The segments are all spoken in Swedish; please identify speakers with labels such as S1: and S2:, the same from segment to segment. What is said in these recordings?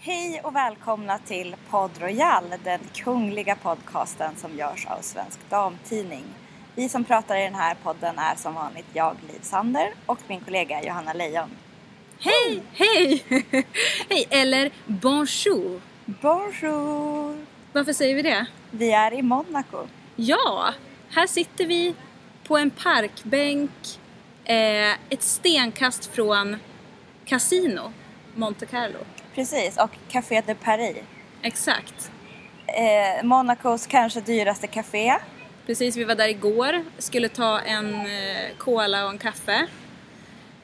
S1: Hej och välkomna till Pod Royal, den kungliga podcasten som görs av Svensk Damtidning. Vi som pratar i den här podden är som vanligt jag, Liv Sander, och min kollega Johanna Lejon.
S2: Hej! Hej! Hej! Eller bonjour.
S1: Bonjour!
S2: Varför säger vi det?
S1: Vi är i Monaco.
S2: Ja, här sitter vi på en parkbänk eh, ett stenkast från Casino Monte Carlo.
S1: Precis, och Café de Paris.
S2: Exakt.
S1: Eh, Monacos kanske dyraste café.
S2: Precis, vi var där igår, skulle ta en eh, cola och en kaffe.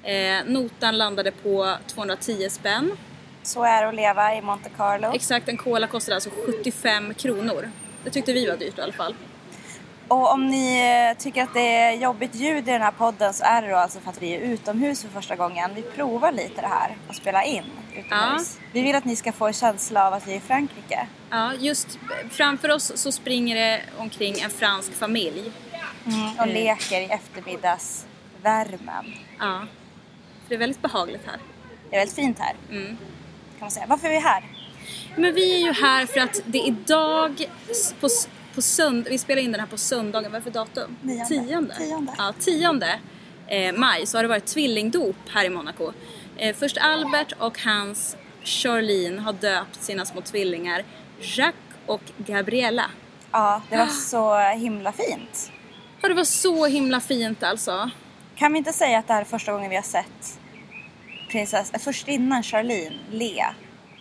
S2: Eh, notan landade på 210 spänn.
S1: Så är det att leva i Monte Carlo.
S2: Exakt, en cola kostade alltså 75 kronor. Det tyckte vi var dyrt i alla fall.
S1: Och om ni eh, tycker att det är jobbigt ljud i den här podden så är det då alltså för att vi är utomhus för första gången. Vi provar lite det här och spela in utomhus. Vi vill att ni ska få en känsla av att vi är i Frankrike.
S2: Ja, just framför oss så springer det omkring en fransk familj.
S1: Och leker i eftermiddagsvärmen.
S2: Ja. För det är väldigt behagligt här.
S1: Det är väldigt fint här. Kan man säga. Varför är vi här?
S2: Men vi är ju här för att det är idag s- på, s- på sönd- vi spelar in den här på söndagen, vad är det för datum?
S1: Nionde.
S2: Tionde.
S1: Tionde.
S2: Ja, tionde eh, maj så har det varit tvillingdop här i Monaco. Eh, först Albert och hans Charlene har döpt sina små tvillingar Jacques och Gabriella.
S1: Ja, det var så himla fint.
S2: Och det var så himla fint alltså.
S1: Kan vi inte säga att det här är första gången vi har sett prinsess, äh, först innan Charlene le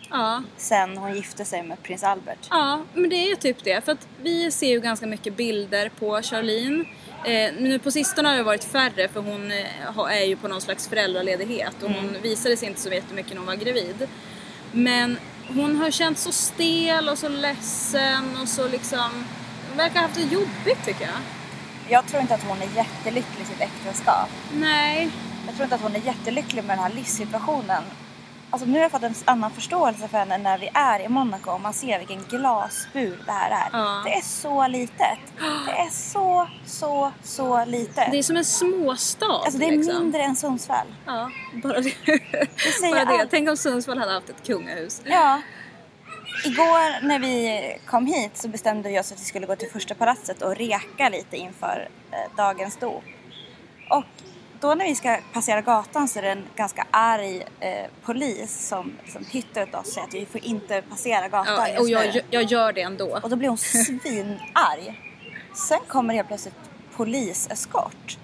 S2: Ja,
S1: sen hon gifte sig med prins Albert.
S2: Ja, men det är ju typ det. För att vi ser ju ganska mycket bilder på Charlene. Eh, nu på sistone har det varit färre för hon eh, har- är ju på någon slags föräldraledighet och hon
S1: Mm.
S2: visade sig inte så jättemycket när hon var gravid. Men hon har känt så stel och så ledsen och så liksom... Hon verkar ha haft det jobbigt tycker jag.
S1: Jag tror inte att hon är jättelycklig i sitt äktenskap.
S2: Nej.
S1: Jag tror inte att hon är jättelycklig med den här livssituationen. Alltså nu har jag fått en annan förståelse för henne när vi är i Monaco och man ser vilken glasbur det här är.
S2: Ja.
S1: Det är så litet. Det är så, så, så litet.
S2: Det är som en småstad
S1: alltså det är
S2: liksom.
S1: mindre än Sundsvall.
S2: Ja, bara det.
S1: säger
S2: bara det.
S1: allt.
S2: Tänk om Sundsvall hade haft ett kungahus.
S1: Ja. Igår när vi kom hit så bestämde vi oss att vi skulle gå till första palatset och reka lite inför eh, dagens dop. Och då när vi ska passera gatan så är det en ganska arg eh, polis som liksom hyttar åt oss och säger att vi får inte passera gatan
S2: Ja,
S1: just
S2: och
S1: nu.
S2: jag, jag gör det ändå.
S1: Och då blir hon svinarg. Sen kommer helt plötsligt poliseskort.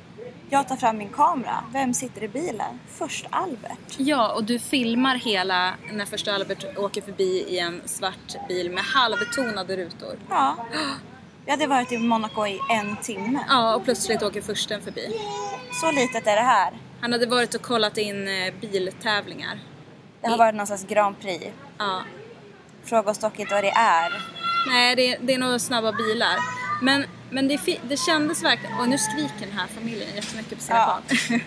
S1: Jag tar fram min kamera. Vem sitter i bilen? Först Albert.
S2: Ja, och du filmar hela när första Albert åker förbi i en svart bil med halvtonade rutor.
S1: Ja. Vi hade varit i Monaco i en timme.
S2: Ja, och plötsligt åker försten förbi.
S1: Så litet är det här.
S2: Han hade varit och kollat in eh, biltävlingar.
S1: Det har varit någon slags Grand Prix.
S2: Ja.
S1: Fråga oss dock inte vad det är.
S2: Nej, det, det är några snabba bilar. Men, men det, fi- det kändes verkligen... Och nu skriker den här familjen jättemycket på sina
S1: Ja.
S2: barn.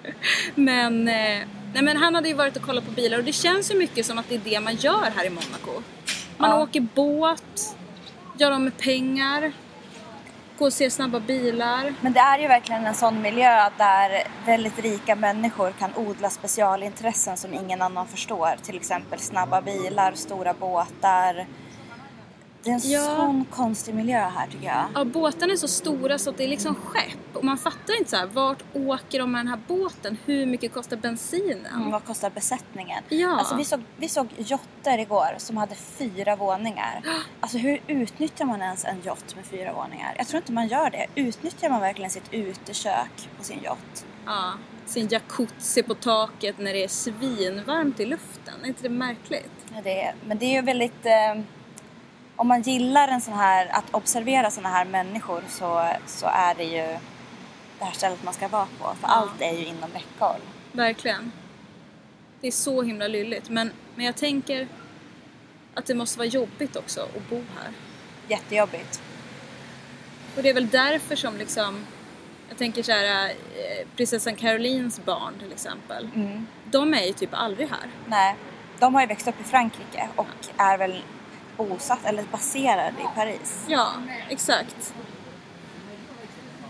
S2: men, eh, nej, men han hade ju varit och kollat på bilar och det känns ju mycket som att det är det man gör här i Monaco. Man
S1: Ja.
S2: åker båt, gör av med pengar, går och ser snabba bilar.
S1: Men det är ju verkligen en sån miljö där väldigt rika människor kan odla specialintressen som ingen annan förstår. Till exempel snabba bilar, stora båtar. Det är en
S2: Ja.
S1: sån konstig miljö här tycker jag.
S2: Ja, båtarna är så stora så att det är liksom skepp och man fattar inte så här, vart åker de med den här båten? Hur mycket kostar bensinen?
S1: Mm, vad kostar besättningen?
S2: Ja.
S1: Alltså, vi, såg, vi såg jotter igår som hade fyra våningar. Alltså hur utnyttjar man ens en jott med fyra våningar? Jag tror inte man gör det. Utnyttjar man verkligen sitt utekök på sin jott?
S2: Ja. sin jacuzzi på taket när det är svinvarmt i luften. Är inte det märkligt?
S1: Ja, Det är, men det är ju väldigt... Eh, om man gillar en sån här, att observera såna här människor så, så är det ju det här stället man ska vara på. För allt är ju inom räckhåll.
S2: Verkligen. Det är så himla lylligt. Men, men jag tänker att det måste vara jobbigt också att bo här.
S1: Jättejobbigt.
S2: Och det är väl därför som liksom, jag tänker så här, eh, prinsessan Carolines barn till exempel. De är ju typ aldrig här.
S1: Nej. De har ju växt upp i Frankrike och är väl bosatt eller baserad i Paris.
S2: Ja, exakt.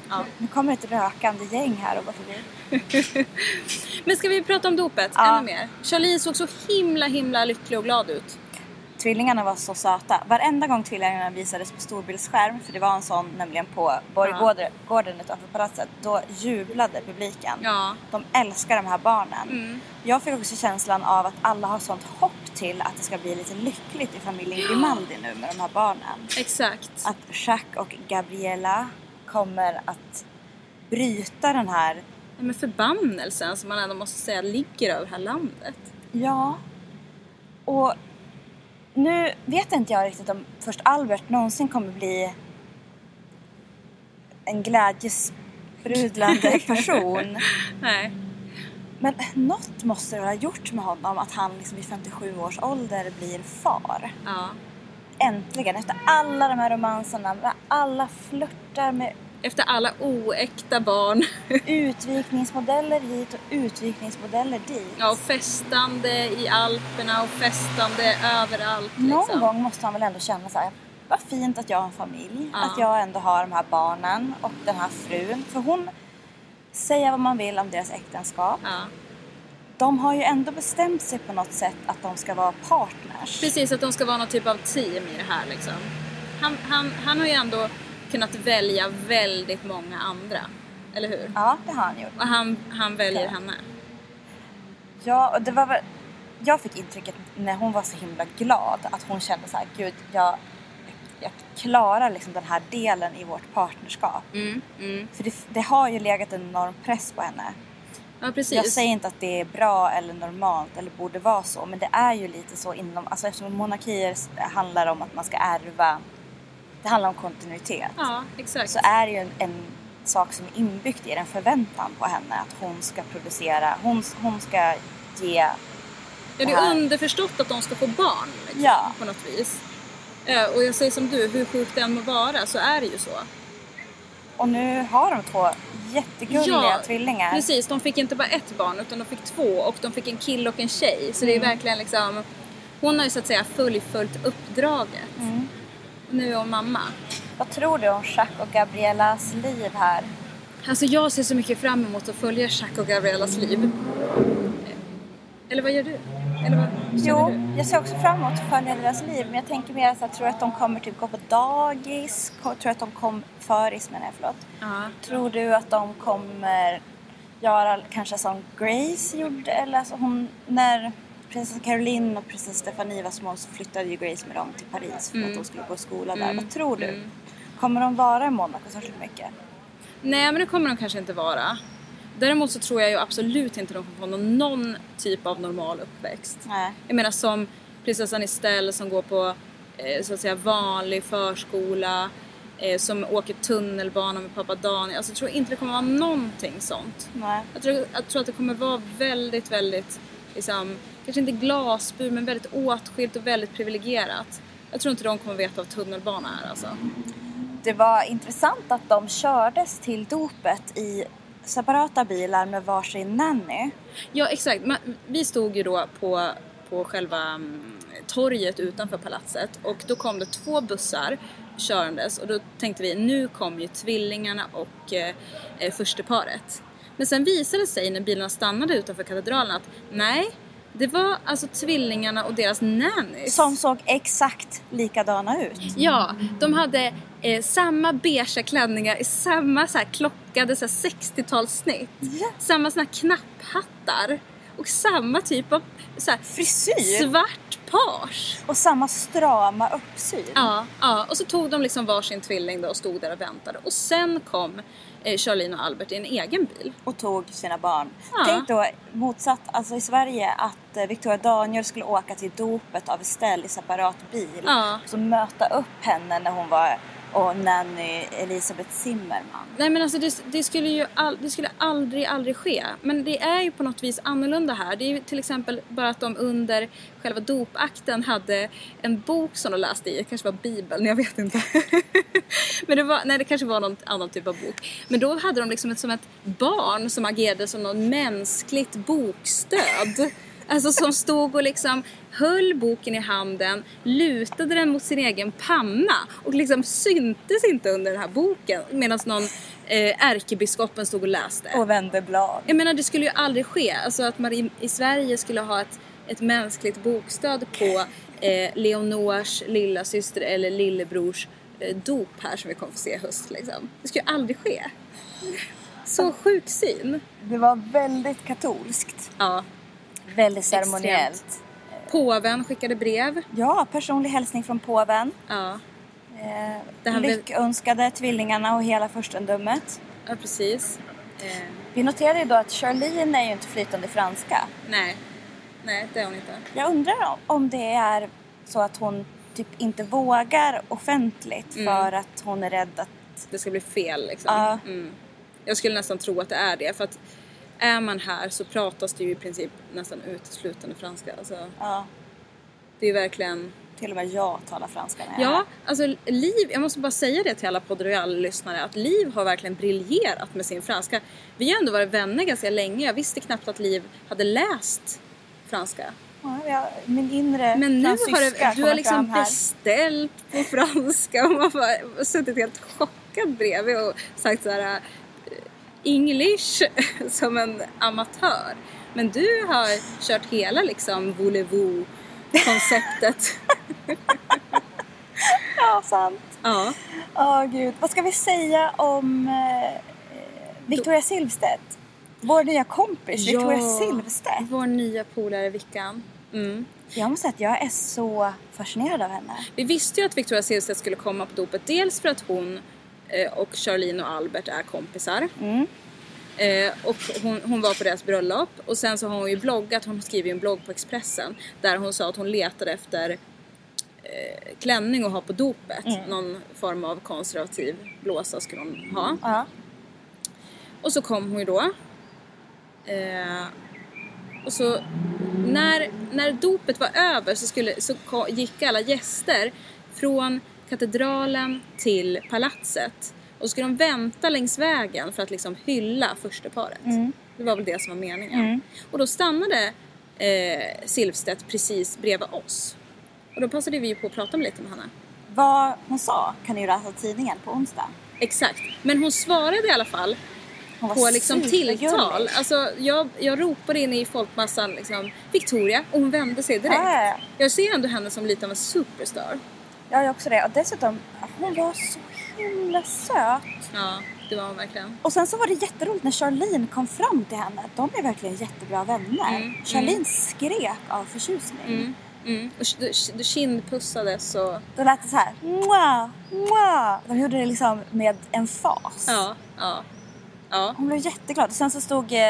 S2: Ja.
S1: Nu kommer ett rökande gäng här och går förbi.
S2: Men ska vi prata om dopet
S1: Ja.
S2: ännu mer? Charlie såg så himla himla lycklig och glad ut.
S1: Tvillingarna var så söta. Varenda gång tvillingarna visades på storbildsskärm, för det var en sån nämligen på borggården gården utanför palatset, då jublade publiken.
S2: Ja.
S1: De älskar de här barnen. Jag fick också känslan av att alla har sånt hopp till att det ska bli lite lyckligt i familjen Grimaldi nu med de här barnen.
S2: Exakt.
S1: Att Jacques och Gabriella kommer att bryta den här,
S2: Ja, Men förbannelsen som man ändå måste säga ligger över det här landet.
S1: ja. Och nu vet inte jag riktigt om först Albert någonsin kommer bli en glädjesprudlande person.
S2: Nej.
S1: Men något måste det ha gjort med honom att han liksom vid 57 års ålder blir far.
S2: Ja.
S1: Äntligen, efter alla de här romanserna, med alla flörtar med
S2: Efter alla oäkta barn.
S1: utvikningsmodeller hit och utvikningsmodeller dit.
S2: Ja, och festande i Alperna och festande överallt.
S1: Någon
S2: liksom.
S1: gång måste han väl ändå känna så här. Vad fint att jag har en familj,
S2: Ja.
S1: att jag ändå har de här barnen och den här frun. För hon, säga vad man vill om deras äktenskap,
S2: Ja.
S1: de har ju ändå bestämt sig på något sätt att de ska vara partners.
S2: Precis, att de ska vara någon typ av team i det här liksom. Han, han, han har ju ändå kunnat välja väldigt många andra. Eller hur?
S1: Ja, det har han gjort.
S2: Och han, han väljer henne.
S1: Ja, och det var väl... Jag fick intrycket när hon var så himla glad att hon kände så här, gud, jag, jag klarar liksom den här delen i vårt partnerskap.
S2: Mm, mm.
S1: För det, det har ju legat en enorm press på henne.
S2: Ja, precis.
S1: Jag säger inte att det är bra eller normalt eller borde vara så, men det är ju lite så inom, alltså eftersom monarkier s- handlar om att man ska ärva, det handlar om kontinuitet,
S2: Ja, exakt.
S1: så är det ju en, en sak som är inbyggd i den förväntan på henne att hon ska producera, hon, hon ska ge
S2: Ja, det
S1: det här.
S2: är underförstått att de ska få barn liksom,
S1: Ja.
S2: på något vis. Eh, Och jag säger som du, hur sjukt det än må vara så är det ju så.
S1: Och nu har de två jättegulliga tvillingar.
S2: Precis, de fick inte bara ett barn utan de fick två och de fick en kille och en tjej. Så
S1: Mm.
S2: det är verkligen liksom, hon har ju så att säga fullföljt uppdraget.
S1: Mm.
S2: Och Nu är hon mamma.
S1: Vad tror du om Jacques och Gabriellas liv här?
S2: Alltså jag ser så mycket fram emot att följa Jacques och Gabriellas liv. Eh, Eller vad gör du? Eller vad känner
S1: Jo,
S2: du?
S1: jag ser också fram emot att följa deras liv. Men jag tänker mer så här, tror du att de kommer typ gå på dagis? Ko- Tror du att de kommer, föris menar jag, förlåt.
S2: Ja.
S1: Tror du att de kommer göra kanske som Grace gjorde? Eller alltså hon, när prinsessan Caroline och prinsessan Stephanie var små så flyttade ju Grace med dem till Paris för att de skulle gå i skola där. Vad tror du? Kommer de vara i Monaco särskilt mycket?
S2: Nej, men det kommer de kanske inte vara. Däremot så tror jag ju absolut inte de kommer få någon, någon typ av normal uppväxt.
S1: Nej.
S2: Jag menar som prinsessan Estelle som går på eh, så att säga vanlig förskola, eh, som åker tunnelbana med pappa Daniel. Alltså jag tror inte det kommer vara någonting sånt.
S1: Nej.
S2: Jag tror, jag tror att det kommer vara väldigt, väldigt, liksom, kanske inte glasbur men väldigt åtskilt och väldigt privilegierat. Jag tror inte de kommer veta vad tunnelbana är alltså.
S1: Det var intressant att de kördes till dopet i separata bilar med varsin nanny.
S2: Ja, exakt. Man, vi stod ju då på, på själva mm, torget utanför palatset och då kom det två bussar körandes och då tänkte vi nu kommer ju tvillingarna och eh, eh, försteparet. Men sen visade det sig när bilarna stannade utanför katedralen att nej, det var alltså tvillingarna och deras nannies.
S1: Som såg exakt likadana ut.
S2: Ja, de hade eh, samma beigea klänningar i samma så här klockade så här 60-talssnitt.
S1: Ja.
S2: Samma såna här knapphattar och samma typ av så här
S1: Frisyr!
S2: svart ekipage.
S1: Och samma strama uppsyn.
S2: Ja, ja, och så tog de liksom varsin tvilling då och stod där och väntade. Och sen kom eh, Charlene och Albert i en egen bil.
S1: Och tog sina barn.
S2: Ja.
S1: Tänk då motsatt, alltså i Sverige, att eh, Victoria Daniel skulle åka till dopet av Estelle i separat bil.
S2: Ja.
S1: Och så möta upp henne när hon var och nanny Elisabeth Zimmerman.
S2: Nej men alltså det, det skulle ju all, det skulle aldrig, aldrig ske. Men det är ju på något vis annorlunda här. Det är ju till exempel bara att de under själva dopakten hade en bok som de läste i. Det kanske var Bibeln, jag vet inte. men det var, nej det kanske var någon annan typ av bok. Men då hade de liksom ett, som ett barn som agerade som någon mänskligt bokstöd. Alltså som stod och liksom höll boken i handen, lutade den mot sin egen panna och liksom syntes inte under den här boken medan någon eh, ärkebiskopen stod och läste.
S1: Och vände blad.
S2: Jag menar det skulle ju aldrig ske, alltså att man i, i Sverige skulle ha ett, ett mänskligt bokstöd på eh, Leonors lilla syster eller lillebrors eh, dop här som vi kommer få se i höst liksom. Det skulle ju aldrig ske. Så sjuk syn.
S1: Det var väldigt katolskt.
S2: Ja.
S1: Väldigt ceremoniellt.
S2: Påven skickade brev.
S1: Ja, personlig hälsning från påven.
S2: Ja.
S1: Eh,
S2: Det här blev-
S1: lyckönskade tvillingarna och hela furstendömet.
S2: Ja, precis. Eh,
S1: Vi noterade ju då att Charlene är ju inte flytande i franska.
S2: nej. Nej, det är hon inte.
S1: Jag undrar om- om det är så att hon typ inte vågar offentligt
S2: Mm.
S1: för att hon är rädd att...
S2: Det ska bli fel liksom.
S1: Ja.
S2: Mm. Jag skulle nästan tro att det är det. För att är man här så pratas det ju i princip nästan uteslutande franska. Alltså,
S1: Ja,
S2: det är ju verkligen...
S1: till och med jag talar franska när jag är här.
S2: Ja, alltså Liv, jag måste bara säga det till alla Podd Royal-lyssnare att Liv har verkligen briljerat med sin franska. Vi har ändå varit vänner ganska länge. Jag visste knappt att Liv hade läst franska.
S1: Ja, jag, min inre
S2: Men nu har
S1: fransyska
S2: du, du har
S1: kommer
S2: liksom
S1: fram här.
S2: beställt på franska och man har bara suttit helt chockad bredvid och sagt så här eh, English som en amatör. Men du har kört hela liksom voulez-vous konceptet.
S1: Ja, sant.
S2: ja.
S1: Åh gud. Vad ska vi säga om eh, eh, Victoria Silvstedt? Vår nya kompis Victoria Silvstedt.
S2: Vår nya polare Vickan. Mm.
S1: Jag måste säga att jag är så fascinerad av henne.
S2: Vi visste ju att Victoria Silvstedt skulle komma på dopet. Dels för att hon eh, och Charlene och Albert är kompisar. Eh, och hon, hon var på deras bröllop. Och sen så har hon ju bloggat. Hon skriver ju en blogg på Expressen. Där hon sa att hon letade efter eh, klänning att ha på dopet. Någon form av konservativ blåsa skulle hon ha.
S1: Ja.
S2: Och så kom hon ju då. Eh, och så när, när dopet var över så, skulle, så ko- gick alla gäster från katedralen till palatset. Och så skulle de vänta längs vägen för att liksom hylla försteparet. Det var väl det som var meningen. Och då stannade eh, Silvstedt precis bredvid oss. Och då passade vi på att prata med lite med henne.
S1: Vad hon sa kan ni ju läsa i tidningen på onsdag.
S2: Exakt. Men hon svarade i alla fall
S1: Hon var
S2: på liksom
S1: supergullig.
S2: tilltal. Alltså, jag, jag ropade in i folkmassan liksom, Victoria och hon vände sig direkt.
S1: Ja, ja, ja.
S2: Jag ser ändå henne som lite av en superstar.
S1: Jag är också det. Och dessutom, hon var så himla söt.
S2: Ja, det var hon verkligen.
S1: Och sen så var det jätteroligt när Charlene kom fram till henne. De är verkligen jättebra vänner.
S2: Mm,
S1: Charlene skrek av förtjusning.
S2: Mm. Mm. Och k- du- du kindpussades och...
S1: Då lät det så här. Mwah, mwah. De gjorde det liksom med en fas.
S2: Ja, ja. Ja,
S1: Hon blev jätteglad. Och sen så stod eh,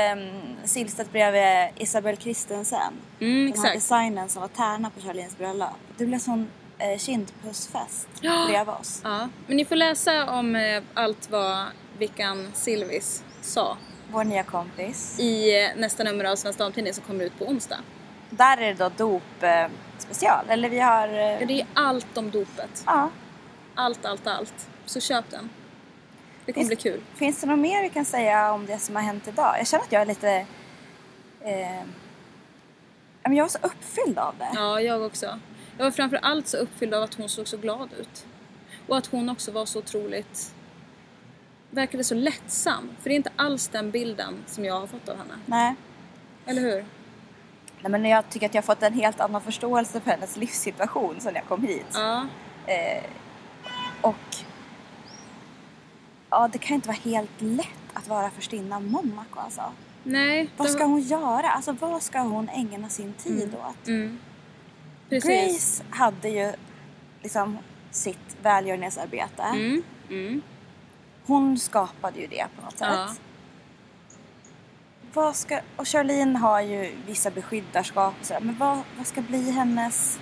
S1: Silvstedt bredvid Isabel Christensen.
S2: mm,
S1: Den här
S2: exakt.
S1: designern som var tärna på Charlines bröllop. Det blev sån eh, kindpussfest
S2: Ja.
S1: bredvid oss.
S2: Ja. Men ni får läsa om eh, allt vad Vickan Silvis sa
S1: Vår nya kompis.
S2: i eh, nästa nummer av Svensk Damtidning som kommer ut på onsdag.
S1: Där är det då dop eh, special. Eller vi har...
S2: Ja,
S1: Eh,
S2: det är allt om dopet.
S1: ja.
S2: Allt, allt, allt. Så köp den. Det kommer bli kul.
S1: Finns det något mer vi kan säga om det som har hänt idag? Jag känner att jag är lite... Eh, ja, men jag var så uppfylld av det.
S2: Ja, jag också. Jag var framför allt så uppfylld av att hon såg så glad ut. Och att hon också var så otroligt... Verkade så lättsam. För det är inte alls den bilden som jag har fått av henne.
S1: Nej.
S2: Eller hur?
S1: Nej, men jag tycker att jag har fått en helt annan förståelse för hennes livssituation sedan jag kom hit.
S2: Ja.
S1: Eh, och ja, det kan inte vara helt lätt att vara förstinnan Monaco alltså.
S2: Nej.
S1: Vad
S2: det-
S1: ska hon göra? Alltså vad ska hon ägna sin tid åt?
S2: Mm. Precis.
S1: Grace hade ju liksom sitt välgörenhetsarbete.
S2: Mm. Mm.
S1: Hon skapade ju det på något sätt.
S2: Ja.
S1: Vad ska, och Charlene har ju vissa beskyddarskap och sådär. Men vad, vad ska bli hennes...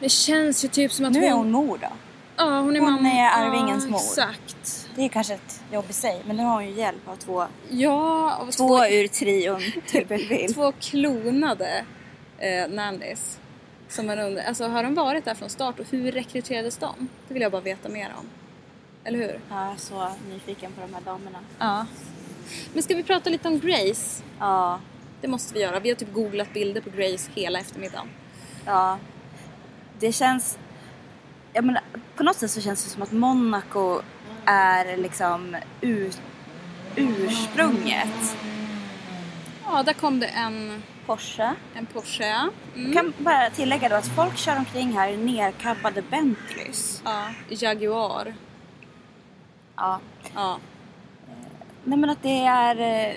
S2: Det känns ju typ som att
S1: Nu är hon mor då.
S2: Ja, hon är
S1: hon
S2: mamma.
S1: är arvingens
S2: ja,
S1: mor.
S2: Exakt.
S1: Det är kanske ett jobb i sig. Men nu har hon ju hjälp av två,
S2: Ja, och två,
S1: två ur typ trion till Belleville.
S2: två klonade eh, Nandis. Som man undrar, alltså har de varit där från start och hur rekryterades de? Det vill jag bara veta mer om. Eller hur?
S1: Jag är så nyfiken på de här damerna.
S2: Ja. Men ska vi prata lite om Grace?
S1: Ja,
S2: Det måste vi göra. Vi har typ googlat bilder på Grace hela eftermiddagen.
S1: ja. Det känns... Jag menar, på något sätt så känns det som att Monaco är liksom ur, ursprunget.
S2: Ja, där kom det en,
S1: Porsche.
S2: en Porsche. Mm.
S1: Jag kan bara tillägga då att folk kör omkring här i nerkabbade Bentleys.
S2: Ja, Jaguar.
S1: Ja.
S2: Ja.
S1: Nej men att det är eh,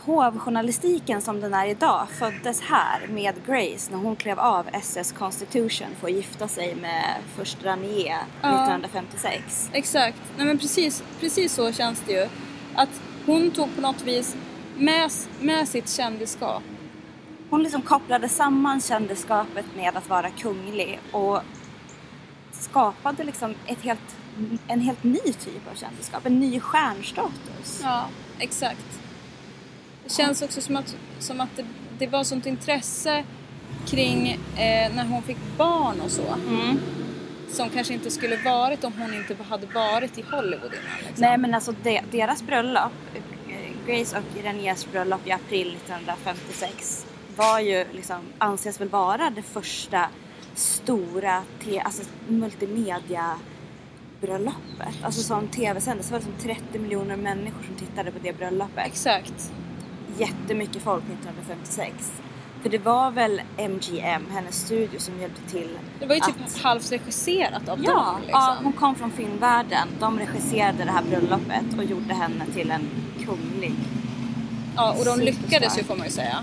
S1: hovjournalistiken som den är idag föddes här med Grace när hon klev av SS Constitution för att gifta sig med först Ranier
S2: Ja.
S1: 1956.
S2: Exakt. Nej men precis, precis så känns det ju. Att hon tog på något vis med, med sitt kändisskap.
S1: Hon liksom kopplade samman kändisskapet med att vara kunglig och skapade liksom ett helt, en helt ny typ av kändisskap, en ny stjärnstatus.
S2: Ja, exakt. Det känns också som att, som att det, det var sånt intresse kring eh, när hon fick barn och så.
S1: Mm.
S2: Som kanske inte skulle varit om hon inte hade varit i Hollywood innan. Liksom.
S1: Nej men alltså de, deras bröllop, eh, Grace och Raniers bröllop i april 1956 var ju liksom, anses väl vara det första stora te, alltså multimedia bröllopet. Alltså som tv-sändes. Det var liksom 30 miljoner människor som tittade på det bröllopet.
S2: Exakt.
S1: Jättemycket folk 1956. För det var väl MGM, hennes studio, som hjälpte till
S2: Det var ju typ
S1: att-
S2: halvt regisserat av
S1: Ja,
S2: dem. Liksom.
S1: ja, hon kom från filmvärlden. De regisserade det här bröllopet och gjorde henne till en kunglig.
S2: Ja, och de
S1: Superstar.
S2: lyckades ju får man ju säga.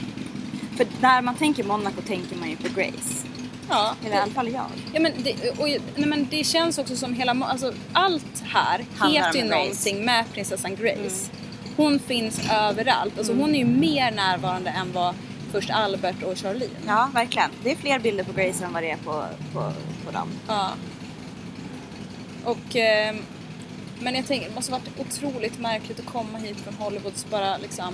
S1: För när man tänker Monaco tänker man ju på Grace.
S2: Ja,
S1: Eller i alla fall jag.
S2: Ja, men det, och, nej, men det känns också som hela, mo- alltså, allt här
S1: Handlar
S2: heter ju
S1: om Grace. Mm.
S2: någonting med prinsessan Grace. Hon finns överallt. Alltså, Hon är ju mer närvarande än vad först Albert och Charlene.
S1: Ja, verkligen. Det är fler bilder på Grace än vad det är på, på, på dem.
S2: Ja. Och, ehm, men jag tänker, det måste varit otroligt märkligt att komma hit från Hollywood och bara liksom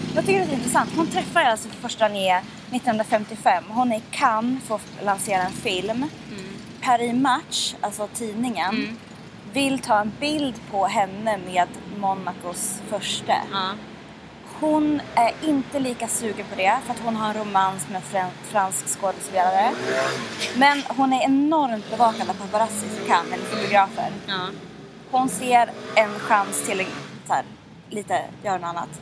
S1: Jag tycker det är intressant. Hon träffar alltså första Nia 1955. Hon är i Cannes för att lansera en film. Paris Match, alltså tidningen, vill ta en bild på henne med Monacos första.
S2: Ja.
S1: Hon är inte lika sugen på det för att hon har en romans med en fran- fransk skådespelare. Men hon är enormt bevakad av paparazzi i Cannes, eller fotografer.
S2: Ja.
S1: Hon ser en chans till så här, lite, gör något annat.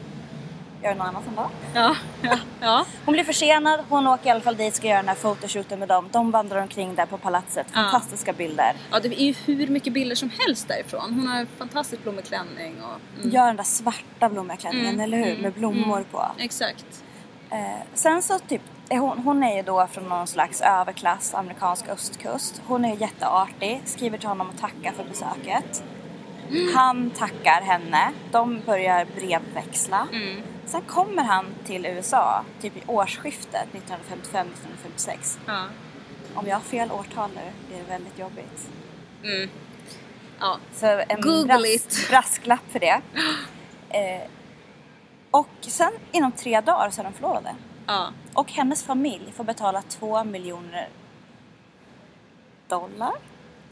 S1: Gör något annat en dag.
S2: Ja. ja. ja.
S1: Hon blir försenad, hon åker i alla fall dit, ska göra den här fotoshooten med dem. De vandrar omkring där på palatset, fantastiska bilder.
S2: Ja, det är ju hur mycket bilder som helst därifrån. Hon har en fantastisk blommig klänning och... Mm.
S1: Gör den där svarta blommiga klänningen, eller hur? Med blommor på.
S2: Exakt.
S1: Eh, sen så typ eh, hon, hon är ju då från någon slags överklass, amerikansk östkust. Hon är ju jätteartig, skriver till honom och tackar för besöket. Han tackar henne, de börjar brevväxla.
S2: Mm.
S1: Sen kommer han till USA, typ i årsskiftet 1955-1956.
S2: Ja.
S1: Om jag har fel årtal nu blir det väldigt jobbigt.
S2: Mm. ja.
S1: Så en
S2: Google
S1: bras-
S2: it.
S1: brasklapp för det. Eh, och sen inom tre dagar så är de förlovade.
S2: ja.
S1: Och hennes familj får betala två miljoner dollar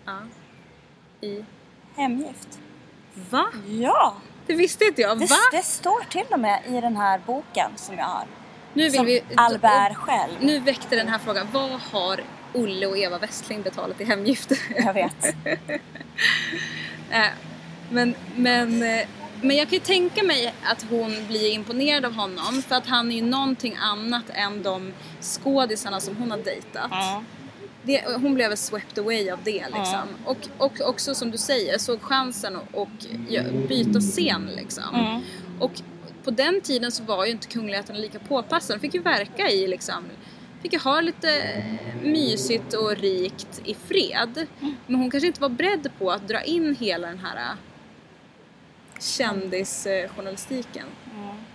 S2: ja. I.
S1: hemgift.
S2: Va?
S1: Ja!
S2: Det visste inte jag.
S1: Det,
S2: Va?
S1: det står till och med i den här boken som jag har.
S2: Nu
S1: Som Albert själv.
S2: Nu väckte den här frågan. Vad har Olle och Eva Westling betalat i hemgift?
S1: Jag vet.
S2: Eh, men, men, eh, men jag kan ju tänka mig att hon blir imponerad av honom för att han är ju någonting annat än de skådisarna som hon har dejtat. Det, hon blev swept away av det liksom. Och, och också som du säger, såg chansen och, och gö- byta scen liksom. Och på den tiden så var ju inte kungligheten lika påpassad. De fick ju verka i liksom Fick ju ha lite eh, mysigt och rikt i fred. Men hon kanske inte var beredd på att dra in hela den här eh, kändisjournalistiken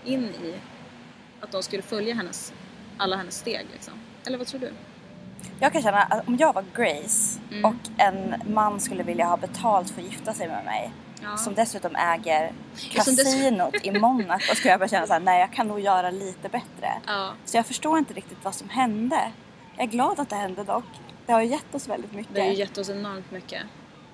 S2: in i att de skulle följa hennes, alla hennes steg liksom. Eller vad tror du?
S1: Jag kan känna att om jag var Grace
S2: Mm.
S1: och en man skulle vilja ha betalt för att gifta sig med mig
S2: Ja.
S1: som dessutom äger
S2: Och som dessutom-
S1: kasinot i Monaco skulle jag bara känna såhär, nej jag kan nog göra lite bättre.
S2: Ja.
S1: Så jag förstår inte riktigt vad som hände. Jag är glad att det hände dock. Det har ju gett oss väldigt mycket.
S2: Det har ju gett oss enormt mycket.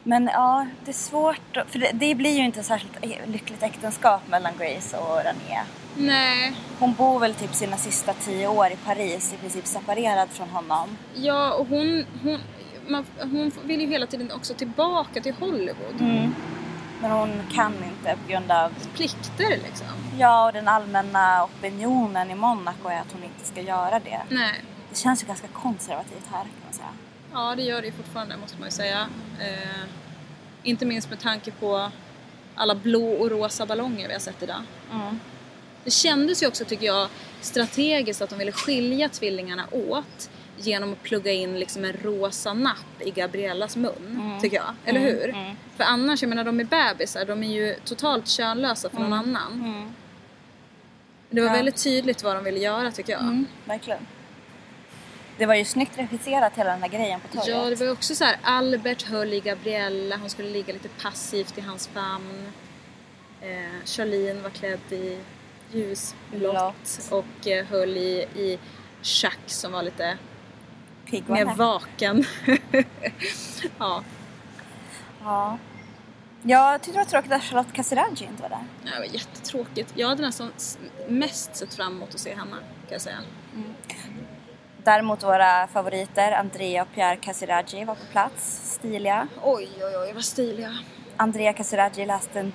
S1: Men ja, det är svårt. att- För det, det blir ju inte ett särskilt lyckligt äktenskap mellan Grace och René.
S2: Nej,
S1: Hon bor väl typ sina sista tio år i Paris, i princip separerad från honom.
S2: ja och hon, hon, man, hon vill ju hela tiden också tillbaka till Hollywood.
S1: Mm. Men hon kan inte på grund av
S2: Plikter liksom.
S1: Ja, och den allmänna opinionen i Monaco är att hon inte ska göra det.
S2: Nej.
S1: Det känns ju ganska konservativt här kan man säga.
S2: Ja, det gör det ju fortfarande måste man ju säga. Eh, inte minst med tanke på alla blå och rosa ballonger vi har sett idag. Det kändes ju också, tycker jag, strategiskt att de ville skilja tvillingarna åt genom att plugga in liksom en rosa napp i Gabriellas mun, tycker jag. Eller hur? För annars, jag menar de är bebisar, de är ju totalt könlösa för någon annan. Det var väldigt tydligt vad de ville göra, tycker jag.
S1: Mm. Verkligen. Det var ju snyggt regisserat hela den här grejen på torget.
S2: Ja, det var ju också så här. Albert höll i Gabriella, hon skulle ligga lite passivt i hans famn. Eh, Charlene var klädd i ljusblått
S1: Blått.
S2: och eh, höll i, i Jacques som var lite
S1: Pigg var
S2: mer
S1: han.
S2: vaken. ja,
S1: Ja. Ja, Jag tyckte det var tråkigt att Charlotte Casiraghi inte var där.
S2: det var jättetråkigt. Jag hade nästan s- mest sett fram emot att se henne, kan jag säga.
S1: Däremot våra favoriter Andrea och Pierre Casiraghi var på plats, stiliga.
S2: Oj, oj, oj, vad stiliga.
S1: Andrea Casiraghi läste en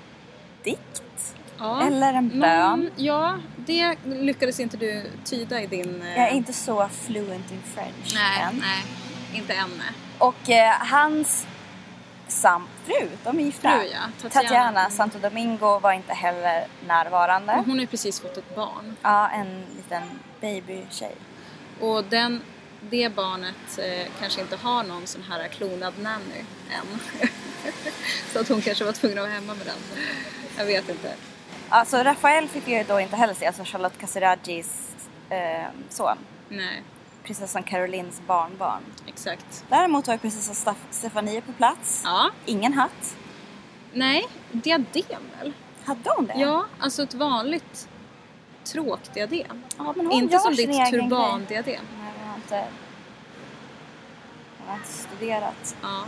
S1: dikt.
S2: Ja.
S1: Eller en
S2: någon-
S1: bön.
S2: Ja, det lyckades inte du tyda i din... eh,
S1: Jag är inte så fluent in French
S2: Nej,
S1: än.
S2: nej, inte än. nej.
S1: Och eh, hans sam, fru, de är gifta.
S2: Fru, ja. Tatiana. Mm.
S1: Tatiana. Santo Domingo var inte heller närvarande.
S2: Men Hon har ju precis fått ett barn.
S1: Ja, en liten babytjej.
S2: Och den, det barnet eh, kanske inte har någon sån här klonad nanny än. så att hon kanske var tvungen att vara hemma med den. Jag vet inte.
S1: Alltså Rafael fick ju då inte heller se, alltså Charlotte Casiraghis eh, son.
S2: Nej,
S1: Prinsessan Carolines barnbarn.
S2: exakt.
S1: Däremot var ju prinsessan Staff- Stefanie på plats.
S2: Ja.
S1: Ingen hatt.
S2: Nej, diadem väl?
S1: Hade hon det?
S2: Ja, alltså ett vanligt tråkdiadem.
S1: Ja, men hon
S2: Inte
S1: gör
S2: som
S1: sin
S2: ditt
S1: egen grej.
S2: turbandiadem.
S1: Nej, jag har inte... Jag har inte studerat.
S2: Ja.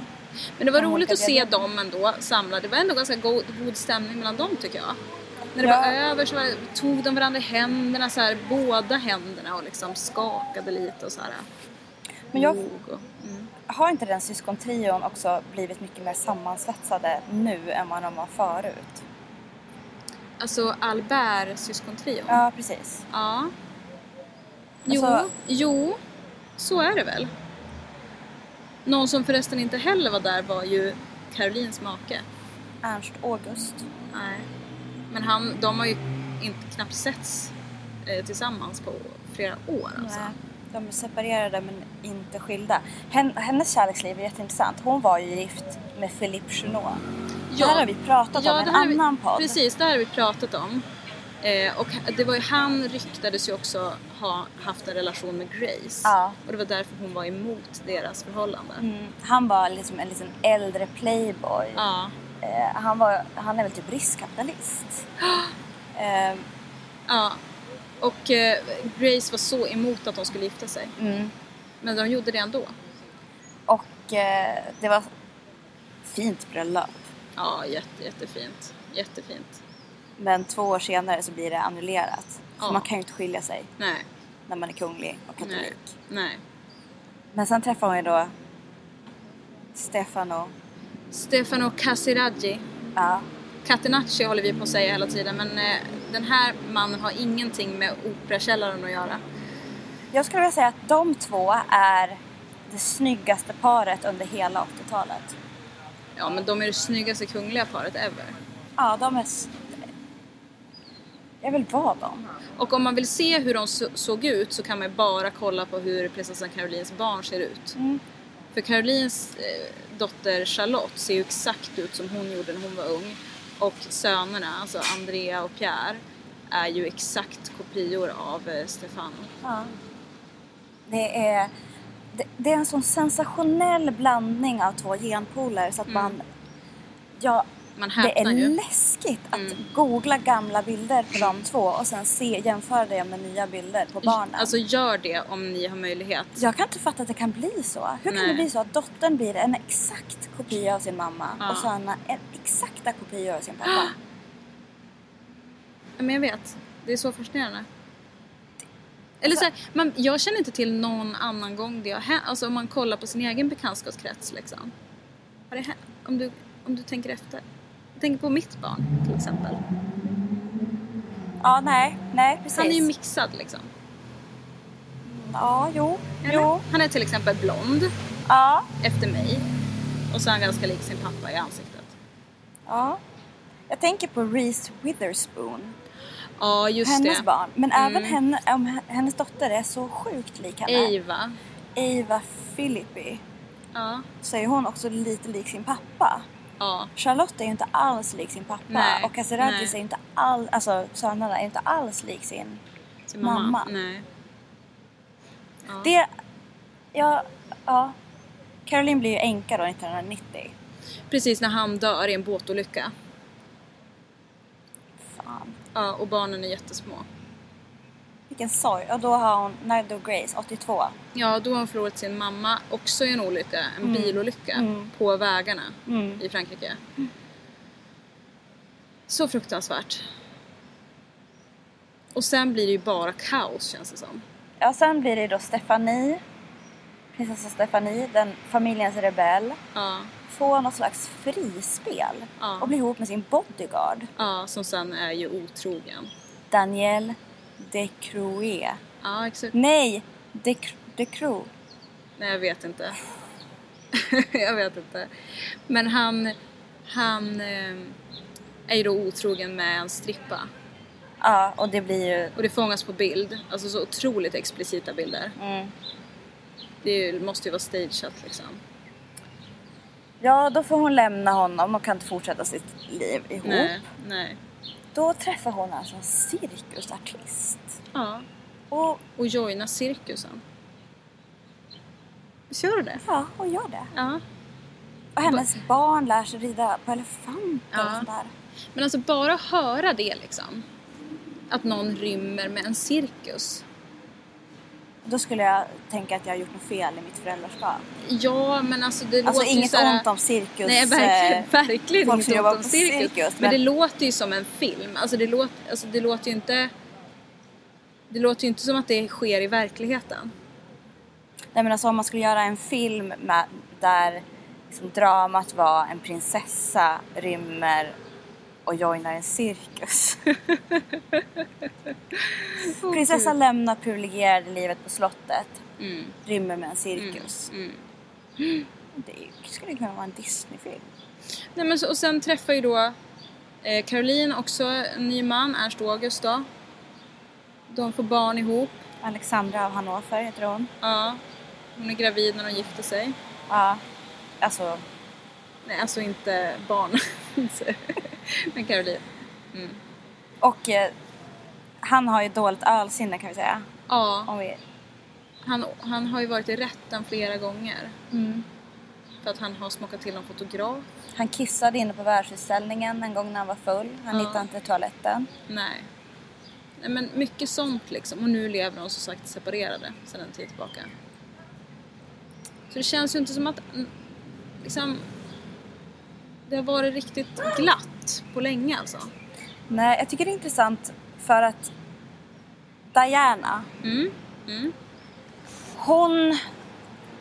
S2: Men det var
S1: Ja,
S2: roligt
S1: olika
S2: att se
S1: dialekter.
S2: dem ändå samlade. Det var ändå ganska god, god stämning mellan dem tycker jag. När det
S1: Ja.
S2: var över så var, det- tog de varandra i händerna, så här, båda händerna och liksom skakade lite och så här.
S1: Men jag-
S2: log och, mm.
S1: Har inte den syskontrion också blivit mycket mer sammansvetsade nu än vad de var förut?
S2: Alltså Albert syskontrion.
S1: Ja, precis.
S2: Ja. Jo,
S1: Alltså-
S2: jo, så är det väl. Någon som förresten inte heller var där var ju Carolines make.
S1: Ernst August.
S2: Nej. Men han, de har ju inte knappt setts eh, tillsammans på flera år alltså.
S1: Nej, de är separerade men inte skilda. Hen, hennes kärleksliv är jätteintressant. Hon var ju gift med Philippe Chenot. Det här har vi pratat om i
S2: det
S1: en
S2: här har vi-
S1: annan podd.
S2: Precis, det här har vi pratat om. Eh, och det var ju, han ryktades ju också ha haft en relation med Grace.
S1: Ja.
S2: Och det var därför hon var emot deras förhållande.
S1: Mm, han var liksom en liten äldre playboy.
S2: Ja.
S1: Eh, han, var, han är väl typ riskkapitalist. eh,
S2: ja. Och eh, Grace var så emot att de skulle gifta sig.
S1: mm.
S2: Men de gjorde det ändå.
S1: Och eh, det var fint bröllop.
S2: Ja, jätte, jättefint. Jättefint.
S1: Men två år senare så blir det annullerat. För
S2: Ja.
S1: man kan ju inte skilja sig
S2: Nej,
S1: när man är kunglig och katolik.
S2: nej, nej.
S1: Men sen träffar hon ju då Stefano.
S2: Stefano Casiraghi.
S1: Ja.
S2: Catenacci håller vi på att säga hela tiden men eh, den här mannen har ingenting med Operakällaren att göra.
S1: Jag skulle vilja säga att de två är det snyggaste paret under hela 80-talet.
S2: Ja, men de är det snyggaste kungliga paret ever.
S1: Ja, de är... s- Jag vill vara dem.
S2: Och om man vill se hur de så- såg ut så kan man ju bara kolla på hur prinsessan Carolines barn ser ut. För Carolines eh, dotter Charlotte ser ju exakt ut som hon gjorde när hon var ung. Och sönerna, alltså Andrea och Pierre, är ju exakt kopior av eh, Stefano.
S1: Det är, det, det är en sån sensationell blandning av två genpooler så att man... Ja,
S2: Mm. Man
S1: det är
S2: häpnar ju. Mm.
S1: läskigt att googla gamla bilder på de två och sen se, jämföra det med nya bilder på barnen.
S2: Alltså gör det om ni har möjlighet.
S1: Jag kan inte fatta att det kan bli så. Hur kan
S2: Nej.
S1: det bli så att dottern blir en exakt kopia av sin mamma
S2: Ja.
S1: och Sanna en exakta kopia av sin pappa?
S2: Ja, Men jag vet. Det är så fascinerande. Eller så
S1: Alltså-
S2: här, man, jag känner inte till någon annan gång det har hänt. Alltså om man kollar på sin egen bekantskapskrets liksom. Har det hänt? Om du, om du tänker efter. Jag tänker på mitt barn till exempel.
S1: Ja, nej, nej precis.
S2: Han är ju mixad liksom.
S1: Ja, jo,
S2: Eller?
S1: jo.
S2: Han är till exempel blond
S1: Ja,
S2: efter mig. Och så är han ganska lik sin pappa i ansiktet.
S1: ja. Jag tänker på Reese Witherspoon,
S2: Ja, just
S1: hennes
S2: det. Mm.
S1: barn. Men även henne, om, hennes dotter är så sjukt lik henne.
S2: Eva.
S1: Ava Philippi,
S2: Ja.
S1: så är hon också lite lik sin pappa.
S2: Ja.
S1: Charlotte är ju inte alls lik sin pappa
S2: Nej,
S1: och Casiraghi
S2: nej.
S1: är ju inte alls, alltså sönerna är ju inte alls lik sin
S2: Till mamma.
S1: Mamma.
S2: Nej.
S1: Det... Ja, ja. Caroline blir ju änka då 1990.
S2: Precis när han dör i en båtolycka.
S1: Fan.
S2: Ja, och barnen är jättesmå.
S1: Vilken sorg. Och då har hon, när dog Grace? 82.
S2: Ja, då har hon förlorat sin mamma också i en olycka, en bilolycka, på vägarna i Frankrike. Så fruktansvärt. Och sen blir det ju bara kaos känns det som.
S1: Ja, sen blir det då Stephanie. Prinsessa Stephanie, den familjens rebell.
S2: Ja,
S1: Får något slags frispel.
S2: Ja.
S1: Och blir ihop med sin bodyguard.
S2: ja som sen är ju otrogen.
S1: Daniel de Croix.
S2: Ja, exakt.
S1: Nej! De, Cr- de Croix.
S2: Nej, jag vet inte. jag vet inte. Men han, han eh, är ju då otrogen med en strippa.
S1: Ja, och det blir ju...
S2: Och det fångas på bild. Alltså så otroligt explicita bilder.
S1: Mm.
S2: Det är ju, måste ju vara stageat liksom.
S1: Ja, då får hon lämna honom och kan inte fortsätta sitt liv ihop.
S2: Nej, nej.
S1: Då träffar hon alltså en cirkusartist.
S2: Ja.
S1: Och
S2: Och joina cirkusen. Visst gör du det?
S1: ja, hon gör det.
S2: Ja.
S1: Och hennes barn lär sig rida på elefanter och
S2: Ja.
S1: sånt där.
S2: Men alltså bara höra det liksom. Att någon rymmer med en cirkus.
S1: Då skulle jag tänka att jag har gjort något fel i mitt föräldraskap.
S2: Ja, men alltså det
S1: Alltså
S2: låter ju
S1: inget
S2: så här-
S1: ont om cirkus.
S2: Nej, verkligen,
S1: eh,
S2: verkligen
S1: folk
S2: inget
S1: som
S2: ont
S1: jobbar
S2: om
S1: på
S2: cirkus.
S1: cirkus,
S2: men... det
S1: men-
S2: låter ju som en film. Alltså det, låter, alltså det låter ju inte... Det låter ju inte som att det sker i verkligheten.
S1: Nej men alltså om man skulle göra en film med, där liksom, dramat var en prinsessa rymmer och joinar en cirkus. Prinsessan lämnar privilegierade livet på slottet,
S2: Mm.
S1: rymmer med en cirkus. Det skulle kunna vara en Disney-film.
S2: Nej, men så, och sen träffar ju då eh, Caroline också en ny man, Ernst August då. De får barn ihop.
S1: Alexandra av Hannover heter hon.
S2: Ja. Hon är gravid när hon gifter sig.
S1: Ja. Alltså,
S2: Nej, alltså inte barn. Men Caroline.
S1: och eh, han har ju dåligt ölsinne kan vi säga.
S2: Ja,
S1: Om vi,
S2: han, han har ju varit i rätten flera gånger. För att han har smakat till någon fotograf.
S1: han kissade inne på världsutställningen en gång när han var full. Han
S2: Ja.
S1: hittade inte toaletten.
S2: Nej. Nej men mycket sånt liksom. Och nu lever de som sagt separerade sedan en tid tillbaka. Så det känns ju inte som att mm, liksom, det har varit riktigt glatt på länge alltså.
S1: Nej, jag tycker det är intressant för att Diana,
S2: Mm.
S1: hon...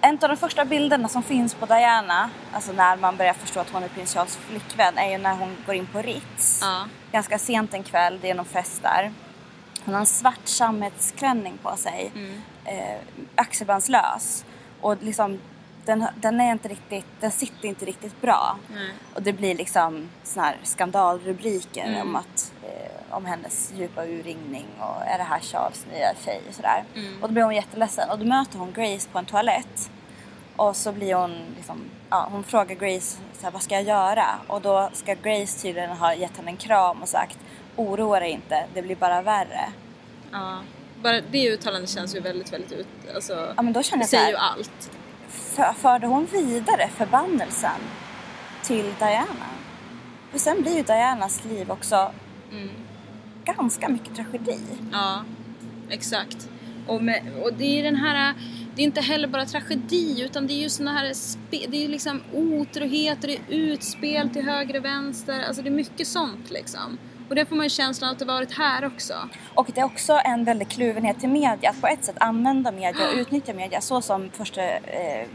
S1: En av de första bilderna som finns på Diana, alltså när man börjar förstå att hon är prins Charles flickvän, är ju när hon går in på Ritz.
S2: Ja.
S1: Ganska sent en kväll, det är någon fest där. Hon har en svart sammetsklänning på sig,
S2: Mm.
S1: eh, axelbandslös. Och liksom, den, den, är inte riktigt, den sitter inte riktigt bra.
S2: Nej.
S1: Och det blir liksom såna här skandalrubriker
S2: Mm.
S1: om, att, eh, om hennes djupa urringning och är det här Charles nya tjej och sådär.
S2: Mm.
S1: Och då blir hon jätteledsen och då möter hon Grace på en toalett. Och så blir hon liksom, ja, hon frågar Grace så här, vad ska jag göra? Och då ska Grace tydligen ha gett henne en kram och sagt oroa dig inte, det blir bara värre.
S2: Ja. Bara det uttalandet känns ju väldigt, väldigt ut... Alltså,
S1: Ja men då känner
S2: det
S1: jag så
S2: säger ju
S1: här,
S2: allt.
S1: för, förde hon vidare förbannelsen till Diana? Och sen blir ju Dianas liv också ganska mycket tragedi.
S2: Ja, exakt. Och, med, och det är den här, det är inte heller bara tragedi utan det är ju såna här, spe, det är ju liksom otroheter, det är utspel till höger och vänster, alltså det är mycket sånt liksom. Och det får man ju känslan att det varit här också.
S1: Och det är också en väldig kluvenhet till media, att på ett sätt använda media och utnyttja media så som första eh,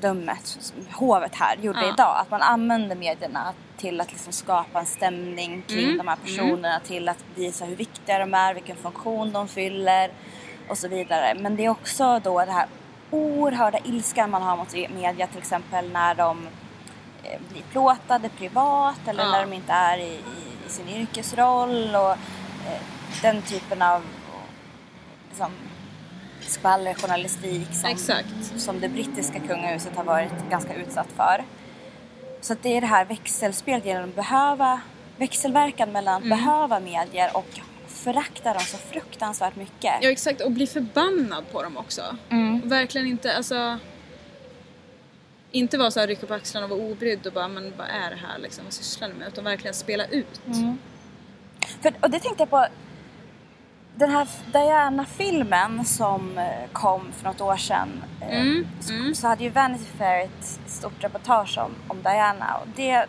S1: dömet, hovet här, gjorde
S2: Ja.
S1: idag. Att man använder medierna till att liksom skapa en stämning kring
S2: Mm.
S1: de här personerna, till att visa hur viktiga de är, vilken funktion de fyller och så vidare. Men det är också då det här oerhörda ilskan man har mot media till exempel när de eh, blir plåtade privat eller
S2: Ja.
S1: när de inte är i, i, i sin yrkesroll och eh, den typen av liksom, skvallerjournalistik som,
S2: Exakt.
S1: som det brittiska kungahuset har varit ganska utsatt för. Så att det är det här växelspelet genom att behöva, växelverkan mellan
S2: Mm.
S1: att behöva medier och förakta dem så fruktansvärt mycket.
S2: Ja exakt, och bli förbannad på dem också. Och Verkligen inte, alltså inte vara så här rycka på axlarna och vara obrydd och bara men vad är det här liksom, vad sysslar ni med? Utan verkligen spela ut.
S1: För, och det tänkte jag på. Den här Diana-filmen som eh, kom för något år sedan. eh,
S2: Mm,
S1: Så,
S2: mm.
S1: så hade ju Vanity Fair ett stort reportage om, om Diana. Och det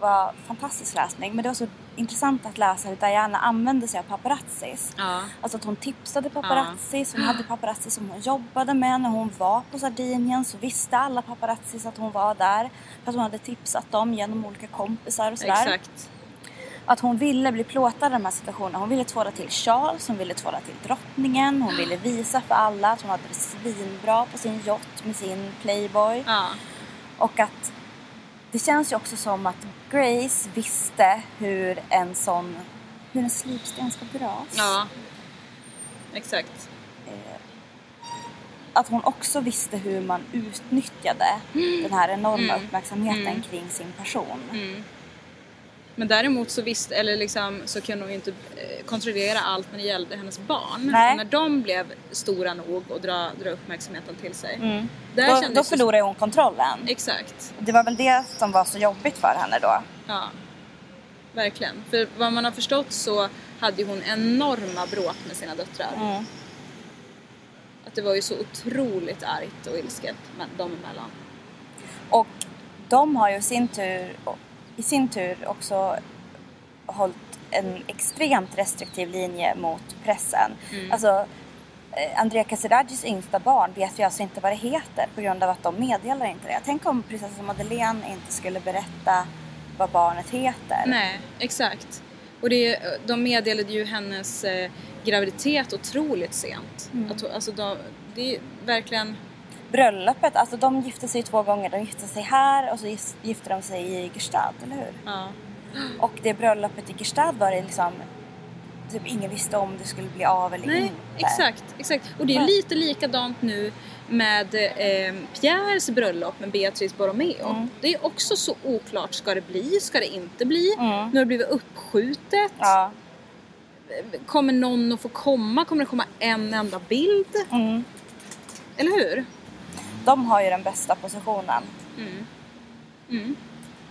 S1: var fantastisk läsning. Men det var så intressant att läsa hur Diana använde sig av paparazzis.
S2: Ja.
S1: Alltså att hon tipsade paparazzis, hon hade paparazzi som hon jobbade med. När hon var på Sardinien så visste alla paparazzis att hon var där. För att hon hade tipsat dem genom olika kompisar och sådär
S2: Exakt.
S1: att hon ville bli plåtad i de här situationerna. Hon ville tvåla till Charles, hon ville tvåla till drottningen, hon ville visa för alla att hon hade det svinbra på sin yacht med sin Playboy.
S2: Ja.
S1: Och att det känns ju också som att Grace visste hur en sån, hur en slipsten ska dras.
S2: Ja, exakt.
S1: Att hon också visste hur man utnyttjade
S2: Mm.
S1: den här enorma uppmärksamheten kring sin person.
S2: Men däremot så visst, eller liksom, så kunde hon ju inte eh, kontrollera allt när det gällde hennes barn.
S1: Nej.
S2: Och när de blev stora nog och dra, dra uppmärksamheten till sig. Där
S1: Mm. Då,
S2: kändes
S1: då
S2: det-
S1: förlorade hon kontrollen.
S2: Exakt,
S1: Det var väl det som var så jobbigt för henne då.
S2: ja. Verkligen. För vad man har förstått så hade ju hon enorma bråk med sina döttrar.
S1: Mm.
S2: Att det var ju så otroligt argt och ilsket men, dem emellan.
S1: Och de har ju i sin tur, i sin tur också hållit en extremt restriktiv linje mot pressen.
S2: Mm.
S1: Alltså, eh, Andrea Casiragis yngsta barn vet vi alltså inte vad det heter på grund av att de meddelar inte det. Tänk om prinsessan Madeleine inte skulle berätta vad barnet heter.
S2: Nej, exakt. Och det, de meddelade ju hennes eh, graviditet otroligt sent.
S1: Mm.
S2: Att, hon- alltså, de, det är verkligen...
S1: Bröllopet, alltså de gifte sig två gånger. De gifte sig här och så gif- gifte de sig i Gestad, eller hur?
S2: Ja.
S1: Och det bröllopet i Gestad var det liksom typ ingen visste om det skulle bli av eller
S2: Nej,
S1: inte.
S2: exakt, exakt. Och det är lite likadant nu med eh, Pierres bröllop med Beatrice Borromeo.
S1: Mm.
S2: Det är också så oklart, ska det bli, ska det inte bli? Nu har det blivit uppskjutet.
S1: Mm. Ja.
S2: Kommer någon att få komma? Kommer det komma en enda bild? Eller hur?
S1: Mm. De har ju den bästa positionen.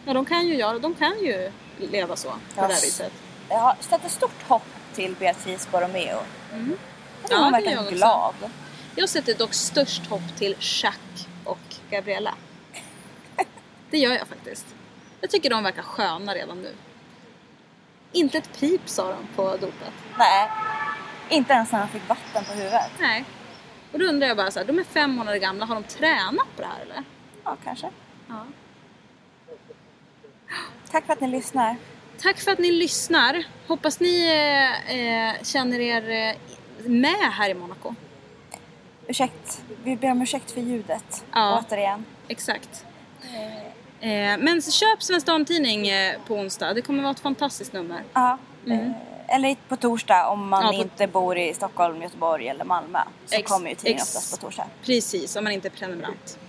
S2: Ja, de kan ju göra, de kan ju leva så, på det här viset.
S1: Jag har ställt ett stort hopp till Beatrice Borromeo.
S2: Mm. Ja,
S1: hon
S2: det gör jag
S1: verkar
S2: också.
S1: glad.
S2: Jag sätter dock störst hopp till Jack och Gabriella. Det gör jag faktiskt. Jag tycker de verkar sköna redan nu. Inte ett pip sa de på dopet.
S1: Nej, inte ens när de fick vatten på huvudet.
S2: Nej. Och då undrar jag bara så här, de är fem månader gamla, har de tränat på det här eller?
S1: Ja, kanske.
S2: Ja.
S1: Tack för att ni lyssnar.
S2: Tack för att ni lyssnar. Hoppas ni eh, eh, känner er eh, med här i Monaco.
S1: Ursäkt. Vi ber om ursäkt för ljudet.
S2: Ja.
S1: Återigen.
S2: Exakt. Eh, men så köp Svensk Damtidning eh, på onsdag. Det kommer vara ett fantastiskt nummer.
S1: Ja. Eh, Eller på torsdag om man
S2: Mm. Ja, på-
S1: inte bor i Stockholm, Göteborg eller Malmö. Så
S2: Ex-
S1: kommer ju tidningen
S2: ex-
S1: oftast på torsdag.
S2: Precis, om man inte är prenumerant.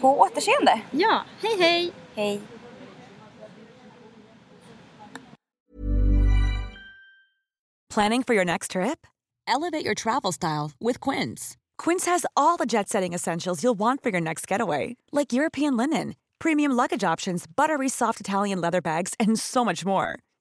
S1: På återseende.
S2: Ja, hej hej!
S1: Hej.
S3: Planning for your next trip?
S4: Elevate your travel style with Quince.
S3: Quince has all the jet setting essentials you'll want for your next getaway, like European linen, premium luggage options, buttery soft Italian leather bags, and so much more.